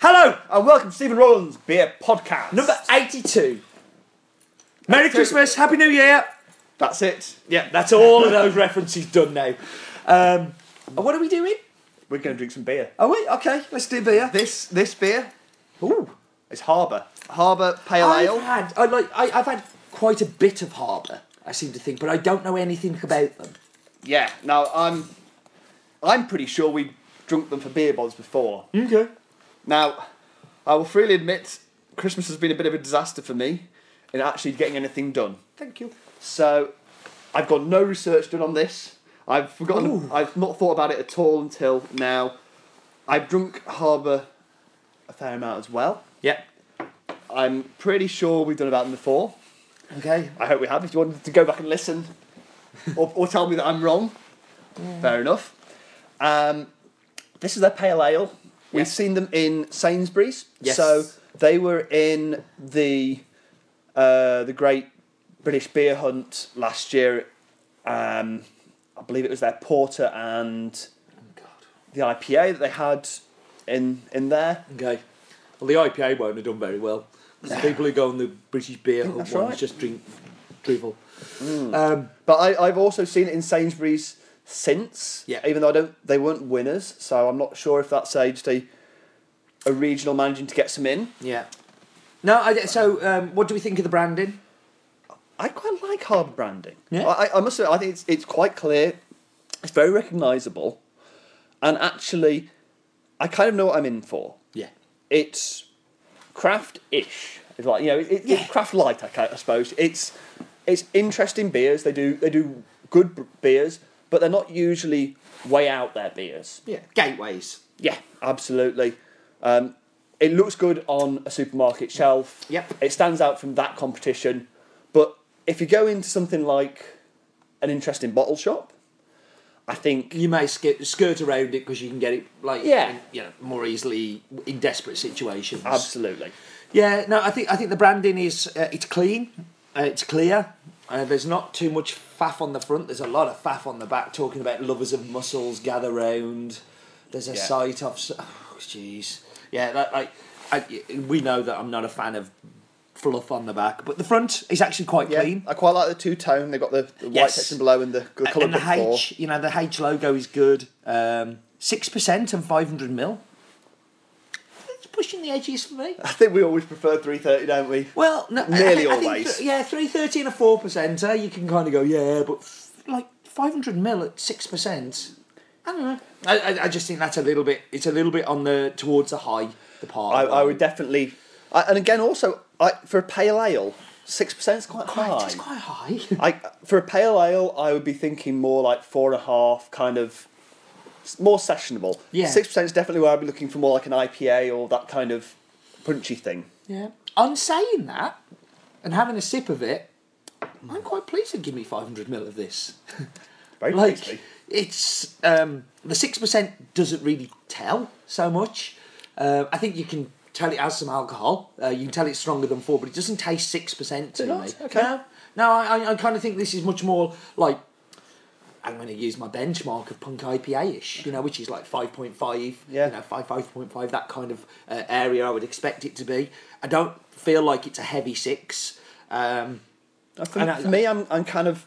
Hello and welcome to Stephen Rowland's Beer Podcast. Number 82. Merry October. Christmas, Happy New Year. That's it. Yeah, that's all of those references done now. Um, and what are we doing? We're going to drink some beer. Are we? Okay, let's do beer. This this beer, Ooh. It's Harbour. Harbour Pale Ale. I've had, I like, I, I've had quite a bit of Harbour, I seem to think, but I don't know anything about them. Yeah. Now I'm, I'm pretty sure we drunk them for beer bonds before. Okay. Now, I will freely admit, Christmas has been a bit of a disaster for me in actually getting anything done. Thank you. So, I've got no research done on this. I've forgotten. Ooh. I've not thought about it at all until now. I've drunk Harbour a fair amount as well. Yeah. I'm pretty sure we've done about them before. Okay. I hope we have. If you wanted to go back and listen or, or tell me that I'm wrong, fair enough. Um, this is their pale ale. We've Yeah. seen them in Sainsbury's. Yes. So they were in the uh, the Great British Beer Hunt last year. Um, I believe it was their porter and Oh, the IPA that they had in in there. Okay. Well, the IPA won't have done very well. 'cause the people who go on the British beer hub that's ones right. just drink drivel. Um, But I, I've also seen it in Sainsbury's since. Yeah. Even though I don't, they weren't winners, so I'm not sure if that's a, just a a regional managing to get some in. yeah. No, I, so um, what do we think of the branding? I quite like Harbour branding. Yeah. I, I- I must say, I think it's it's quite clear. It's very recognisable, and actually, I kind of know what I'm in for. Yeah. It's craft-ish. It's like you know, it, it- Yeah. it's craft light. I, ca- I suppose it's it's interesting beers. They do they do good b- beers, but they're not usually way out there beers. Yeah. Gateways. Yeah, absolutely. Um, it looks good on a supermarket shelf. Yep. It stands out from that competition. But if you go into something like an interesting bottle shop, I think You may skip, skirt around it because you can get it like Yeah. in- you know, more easily in desperate situations. absolutely. Yeah, no, I think I think the branding is uh, it's clean, uh, it's clear. Uh, there's not too much faff on the front. There's a lot of faff on the back, talking about lovers of muscles gather round. There's a Yeah. sight of, s- oh, jeez, yeah, that, like I, we know that I'm not a fan of fluff on the back, but the front is actually quite Yeah, clean. I quite like the two tone. They've got the, the white Yes. section below and the, the colour and the before. H, you know, the H logo is good. Um, Six percent and five hundred mil. It's pushing the edges for me. I think we always prefer 330, don't we? Well, no, I- Nearly I, I think always. th- yeah, three thirty and a four percenter. You can kind of go, yeah, but f- like five hundred mil at six percent. I don't know. I, I, I just think that's a little bit. It's a little bit on the towards the high the part. I, of I it. would definitely. I, and again, also, I, for a pale ale, 6% is quite Quite- high. It's quite high. I for a pale ale, I would be thinking more like four and a half, kind of s- more sessionable. Yeah. six percent is definitely where I'd be looking for more like an IPA or that kind of punchy thing. yeah. On saying that, and having a sip of it, I'm quite pleased to give me five hundred mil of this. Very like tasty. it's um, the six percent doesn't really tell so much. Uh, I think you can tell it has some alcohol. Uh, you can tell it's stronger than four, but it doesn't taste six percent to it me. not? Okay. No, no, I, I- I kind of think this is much more like. I'm going to use my benchmark of punk IPA ish, you know, which is like 5.5, Yeah. you know, 5, 5.5, that kind of uh, area I would expect it to be. I don't feel like it's a heavy six. Um, Uh, For, And I- for me, I'm I'm kind of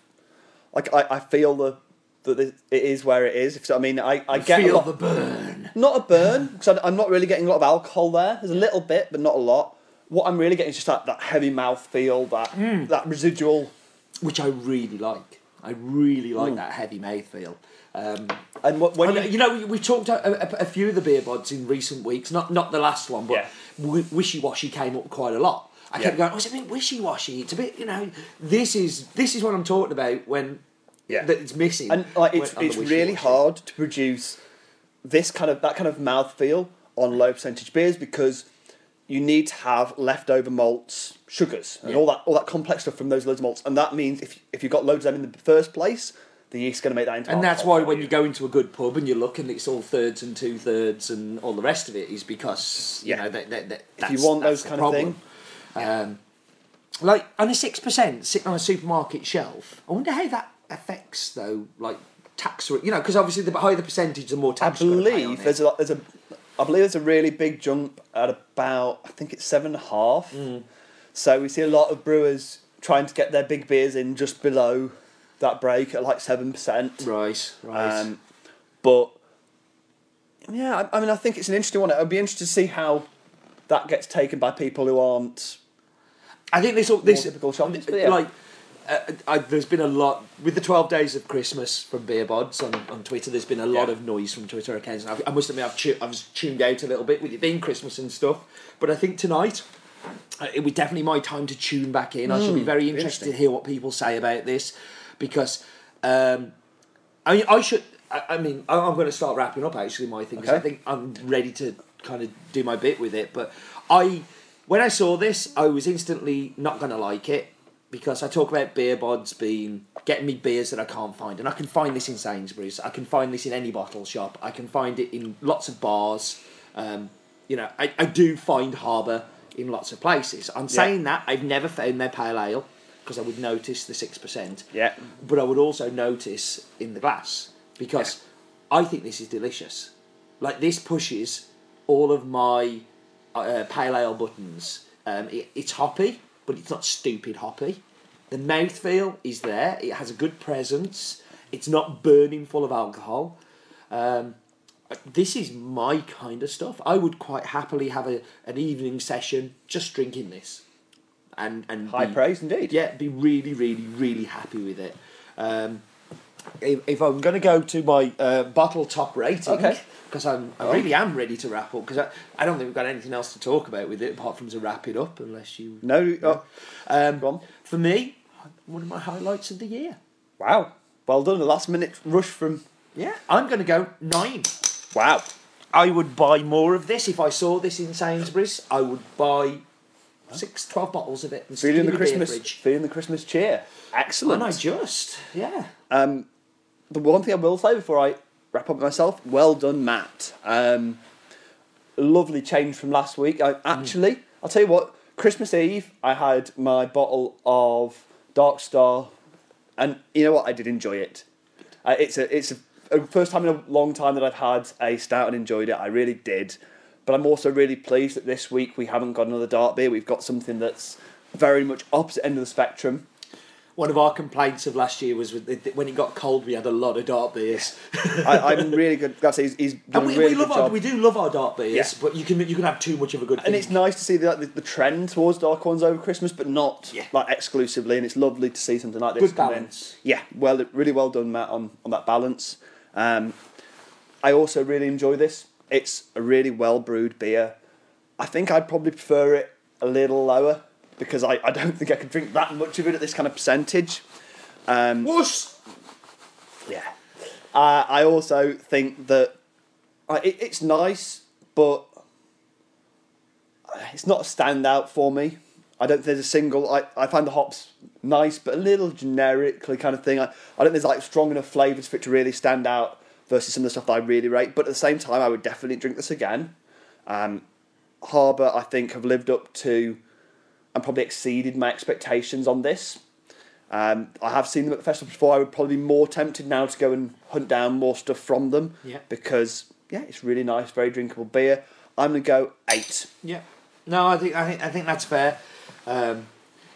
like I, I feel the that it it is where it is. If so, I mean, I I get a feel lot, the burn. not a burn because I'm not really getting a lot of alcohol there. There's a little bit, but not a lot. What I'm really getting is just that, that heavy mouth feel, that Mm. that residual which I really like. I really like that heavy mouth feel. Um, and what, Mm. when and, uh, you know, we, we talked a, a, a few of the beer bods in recent weeks, not not the last one, but Yeah. w- wishy washy came up quite a lot. I kept Yeah. going, oh, it's a bit wishy washy. It's a bit, you know, this is this is what I'm talking about when Yeah. that it's missing. and like when- it's on the it's really wishy-washy. hard to produce this kind of that kind of mouthfeel on low percentage beers because you need to have leftover malts, sugars, and Yeah. all that all that complex stuff from those loads of malts, and that means if if you've got loads of them in the first place, the yeast's going to make that into. And that's alcohol why for when you go into a good pub and you look and it's all thirds and two thirds and all the rest of it is because you Yeah. know that, that, that If that's, you want those that's the kind of problem. Um, like on a six percent sitting on a supermarket shelf, I wonder how that affects though, like tax. rate- You know, because obviously the higher the percentage, the more I tax. you've got to pay on believe it. there's a there's a I believe it's a really big jump at about I think it's seven and a half. Mm. So we see a lot of brewers trying to get their big beers in just below that break at like seven percent. Right, right. Um, but yeah, I, I mean, I think it's an interesting one. I'd be interested to see how that gets taken by people who aren't I think this all more this typical shoppers. But yeah, like uh, I, there's been a lot with the 12 days of christmas from beer bods on, on twitter there's been a lot Yeah. of noise from twitter accounts and I've, i must admit I've, tu- I was tuned out a little bit with it being christmas and stuff but i think tonight uh, it was definitely my time to tune back in i should be Hmm, very interested to hear what people say about this because um, I mean, I should. I, I mean, I- I'm going to start wrapping up actually my thing 'cause I Okay. think I'm ready to kind of do my bit with it. But I, when I saw this, I was instantly not going to like it because I talk about beer bods being getting me beers that I can't find, and I can find this in Sainsbury's. I can find this in any bottle shop. I can find it in lots of bars. Um, you know, I, I do find Harbour in lots of places. I'm saying that I've never found their pale ale because I would notice the six percent Yeah. but I would also notice in the glass because I think this is delicious. Like this pushes all of my uh, pale ale buttons. Um, it, it's hoppy, but it's not stupid hoppy. The mouthfeel is there. It has a good presence. It's not burning full of alcohol. Um, this is my kind of stuff. I would quite happily have a, an evening session just drinking this, and and high be- praise indeed. Hmm. yeah, be really, really, really happy with it. Um, if, if I'm going to go to my uh, bottle top rating, Okay. Oh. because I'm I really am ready to wrap up because I, I don't think we've got anything else to talk about with it apart from to wrap it up unless you. No. Oh, Um, go on. For me, one of my highlights of the year. Wow. Well done. The last minute rush from. Yeah, I'm going to go nine. Wow. I would buy more of this if I saw this in Sainsbury's. I would buy six, twelve bottles of it and stick it Feeling in the the beer Christmas. fridge. Feeling the Christmas cheer. Excellent. And I just, yeah. Um, the one thing I will say before I wrap up myself, well done, Matt. Um, lovely change from last week. I actually, I'll tell you what. Christmas Eve, I had my bottle of Dark Star, and you know what? I did enjoy it. Uh, it's a it's a, a first time in a long time that I've had a stout and enjoyed it. I really did. But I'm also really pleased that this week we haven't got another dark beer. We've got something that's very much opposite end of the spectrum. One of our complaints of last year was with the, when it got cold, we had a lot of dark beers. I, I'm really good. That's he's, he's done and we, a really we love good our, job. we do love our dark beers, Yeah. but you can you can have too much of a good thing. and it's nice to see the, the, the trend towards dark ones over Christmas, but not Yeah. like exclusively. And it's lovely to see something like this. Good come in. balance. Yeah, well, really well done, Matt, on, on that balance. Um, I also really enjoy this. It's a really well brewed beer. I think I'd probably prefer it a little lower because I, I don't think I could drink that much of it at this kind of percentage. Whoosh! Yeah. Uh, I also think that uh, it, it's nice, but it's not a standout for me. I don't think there's a single. I, I find the hops nice, but a little generically kind of thing. I, I don't think there's like strong enough flavours for it to really stand out versus some of the stuff that I really rate. But at the same time, I would definitely drink this again. Um, Harbour, I think, have lived up to and probably exceeded my expectations on this. Um, I have seen them at the festival before. I would probably be more tempted now to go and hunt down more stuff from them. Yeah. Because yeah, it's really nice, very drinkable beer. I'm gonna go eight. Yeah. No, I think I think I think that's fair. Um,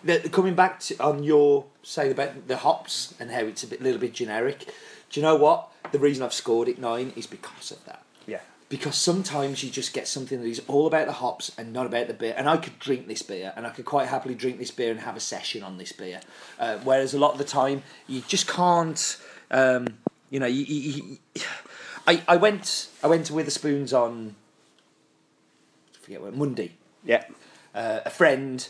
the, coming back to, on your saying about the hops and how it's a bit, little bit generic. Do you know what? The reason I've scored it nine is because of that. Yeah. because sometimes you just get something that is all about the hops and not about the beer. And I could drink this beer, and I could quite happily drink this beer and have a session on this beer. Uh, whereas a lot of the time, you just can't. Um, you know, you, you, you- I I went I went to Witherspoons on. I forget what Monday Yeah. uh, a friend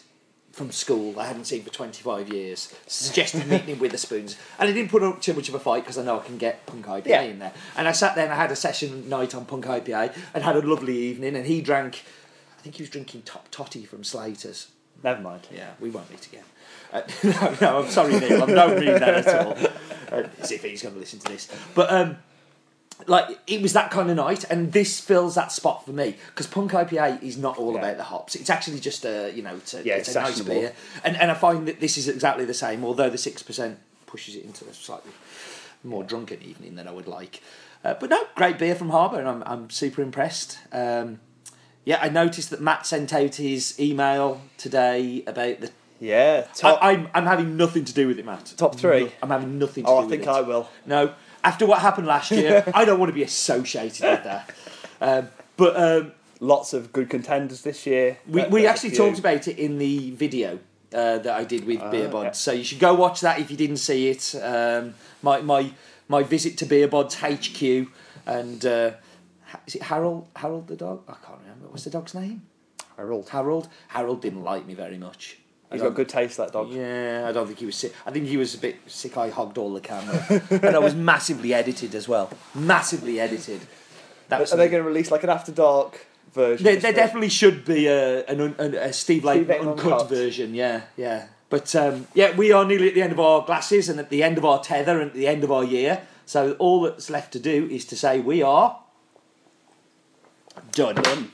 from school I hadn't seen for 25 years suggested meeting in Witherspoons. And I didn't put up too much of a fight because I know I can get Punk IPA Yeah. in there. And I sat there and I had a session night on Punk IPA and had a lovely evening. And he drank, I think he was drinking Top Totty from Slater's. Never mind. Yeah, we won't meet again. Uh, no, no, I'm sorry, Neil. I'm not mean that at all. Uh, as if he's going to listen to this. But, um, like, it was that kind of night, and this fills that spot for me. Because Punk IPA is not all Yeah. about the hops. It's actually just a, you know, it's a, Yeah, it's it's a nice sessionable. beer. And, and I find that this is exactly the same, although the 6% pushes it into a slightly more drunken evening than I would like. Uh, but no, great beer from Harbour, and I'm, I'm super impressed. Um, yeah, I noticed that Matt sent out his email today about the. Yeah, I, top, I'm, I'm having nothing to do with it, Matt. top three. I'm having nothing to do Oh, I with think it. I will. No, after what happened last year, I don't want to be associated with that. Um, but um, Lots of good contenders this year. we, There- we there's a actually few. talked about it in the video uh, that I did with Beer Bods, Ah, yeah. so you should go watch that if you didn't see it. Um, my my my visit to Beer Bods HQ and uh, Ha- is it Harold Harold the dog? I can't remember what's the dog's name. Harold. Harold Harold didn't like me very much. I He's don't- got good taste, that dog. yeah, I don't think he was sick. I think he was a bit sick. I hogged all the camera, and I was massively edited as well. Massively edited. That Are was they going to release like an After Dark version? there, of there this? definitely should be a, an, un- an, a Steve Leighton Leighton uncut uncut. version. Yeah, yeah. But um, yeah, we are nearly at the end of our glasses and at the end of our tether and at the end of our year. So all that's left to do is to say we are done.